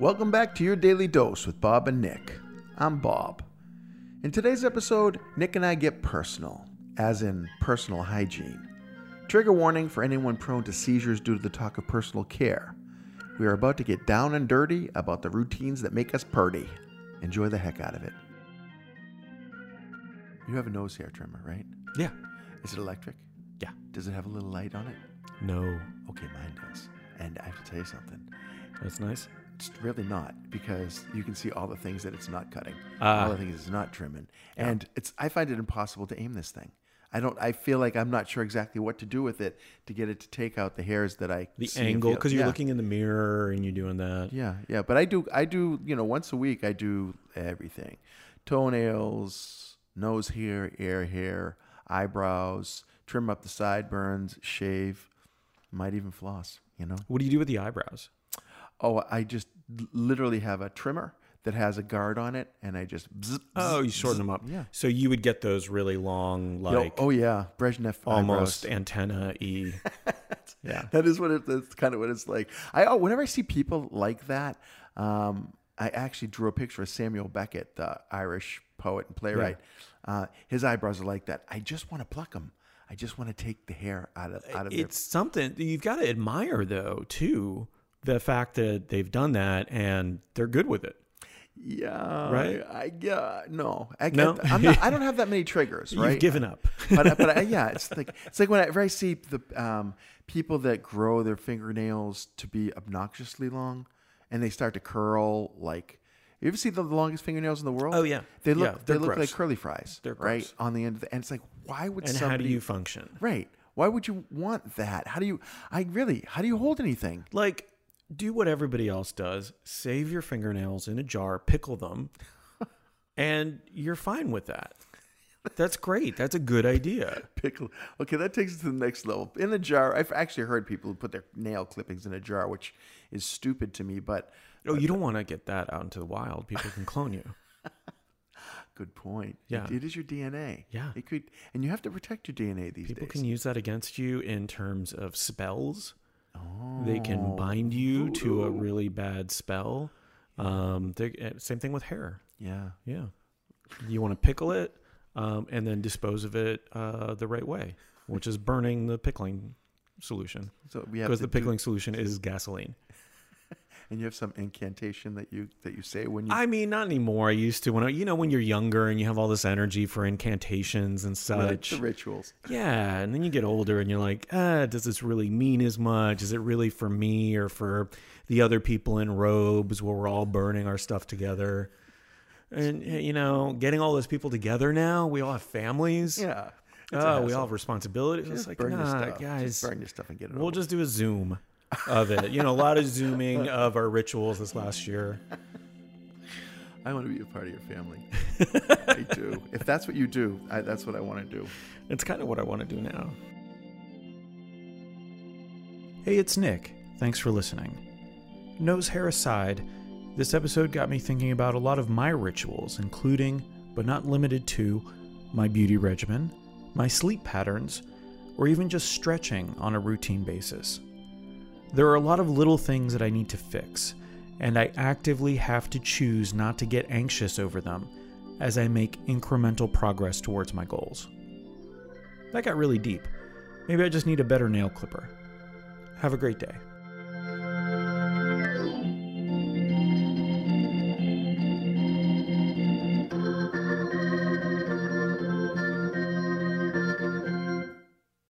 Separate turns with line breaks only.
Welcome back to your daily dose with Bob and Nick. I'm Bob. In today's episode, Nick and I get personal, as in personal hygiene. Trigger warning for anyone prone to seizures due to the talk of personal care. We are about to get down and dirty about the routines that make us purdy. Enjoy the heck out of it. You have a nose hair trimmer, right?
Yeah.
Is it electric?
Yeah.
Does it have a little light on it?
No.
Okay, mine does. And I have to tell you something.
That's nice.
It's really not because you can see all the things that it's not cutting,
Ah.
all the things it's not trimming, and it's. I find it impossible to aim this thing. I don't. I feel like I'm not sure exactly what to do with it to get it to take out the hairs that I
The
see and
angle,
feel.
because you're
Yeah.
looking in the mirror and you're doing that.
Yeah, yeah. But I do. I do. You know, once a week I do everything: toenails, nose hair, ear hair, eyebrows, trim up the sideburns, shave, might even floss. You know.
What do you do with the eyebrows?
Oh, I just l- literally have a trimmer that has a guard on it, and I just. Bzz,
Oh,
bzz,
you shorten them up.
yeah.
So you would get those really long,
bzz.
like
oh yeah, Brezhnev
almost
eyebrows.
antenna e. yeah.
That is what it, that's kind of what it's like. I oh, whenever I see people like that, um, I actually drew a picture of Samuel Beckett, the Irish poet and playwright. Uh, his eyebrows are like that. I just want to pluck them. I just want to take the hair out of out of
It's something you've got to admire, though, too. The fact that they've done that and they're good with it.
their yeah
Right?
I, yeah no I,
No?
I, am not, I don't have that many triggers right
You've given up.
but but uh, yeah, it's like it's like whenever I see the um, people that grow their fingernails to be obnoxiously long, and they start to curl like. You ever see the longest fingernails in the world?
Oh, yeah.
they look
Yeah,
they
they're
look like
gross.
curly fries.
They're
right
gross.
on the end of the, and it's like why would
and
somebody
how do you function?
right? Why would you want that? How do you? I really how do you hold anything?
Like, do what everybody else does save your fingernails in a jar, pickle them, and you're fine with that. That's great. That's a good idea.
Pickle. Okay, that takes us to the next level. In a jar, I've actually heard people who put their nail clippings in a jar, which is stupid to me, but
Oh, you don't want to get that out into the wild. People can clone you.
Good point.
Yeah.
It- it is your DNA.
Yeah.
it could, and you have to protect your DNA these
People
days.
can use that against you in terms of spells. They can bind you to a really bad spell. Um, they- eh, same thing with hair.
yeah,
Yeah. You want to pickle it um, and then dispose of it uh, the right way, which is burning the pickling solution.
so we have
Because
to
the
do-
pickling solution is gasoline.
and you have some incantation that you that you say when you
I mean, not anymore. I used to when I, you know, when you're younger and you have all this energy for incantations and
the-
such.
the rituals.
Yeah, and then you get older and you're like, ah, does this really mean as much? Is it really for me or for the other people in robes where we're all burning our stuff together? And eh, you know, getting all those people together now, we all have families.
Yeah, It's a
Oh, we
hassle.
all have responsibilities. It's
just
like,
burn your
nah,
stuff.
guys,
just burn your stuff and get it.
we'll
over.
just do a Zoom of it. You know, a lot of Zooming of our rituals this last year.
with. I want to be a part of your family. I do. If that's what you do, I, that's what I want to do.
It's kind of what I want to do now. Hey, it's Nick. Thanks for listening. Nose hair aside, this episode got me thinking about a lot of my rituals, including, but not limited to, my beauty regimen, my sleep patterns, or even just stretching on a routine basis. There are a lot of little things that I need to fix, and I actively have to choose not to get anxious over them as I make incremental progress towards my goals. That got really deep. Maybe I just need a better nail clipper. Have a great day.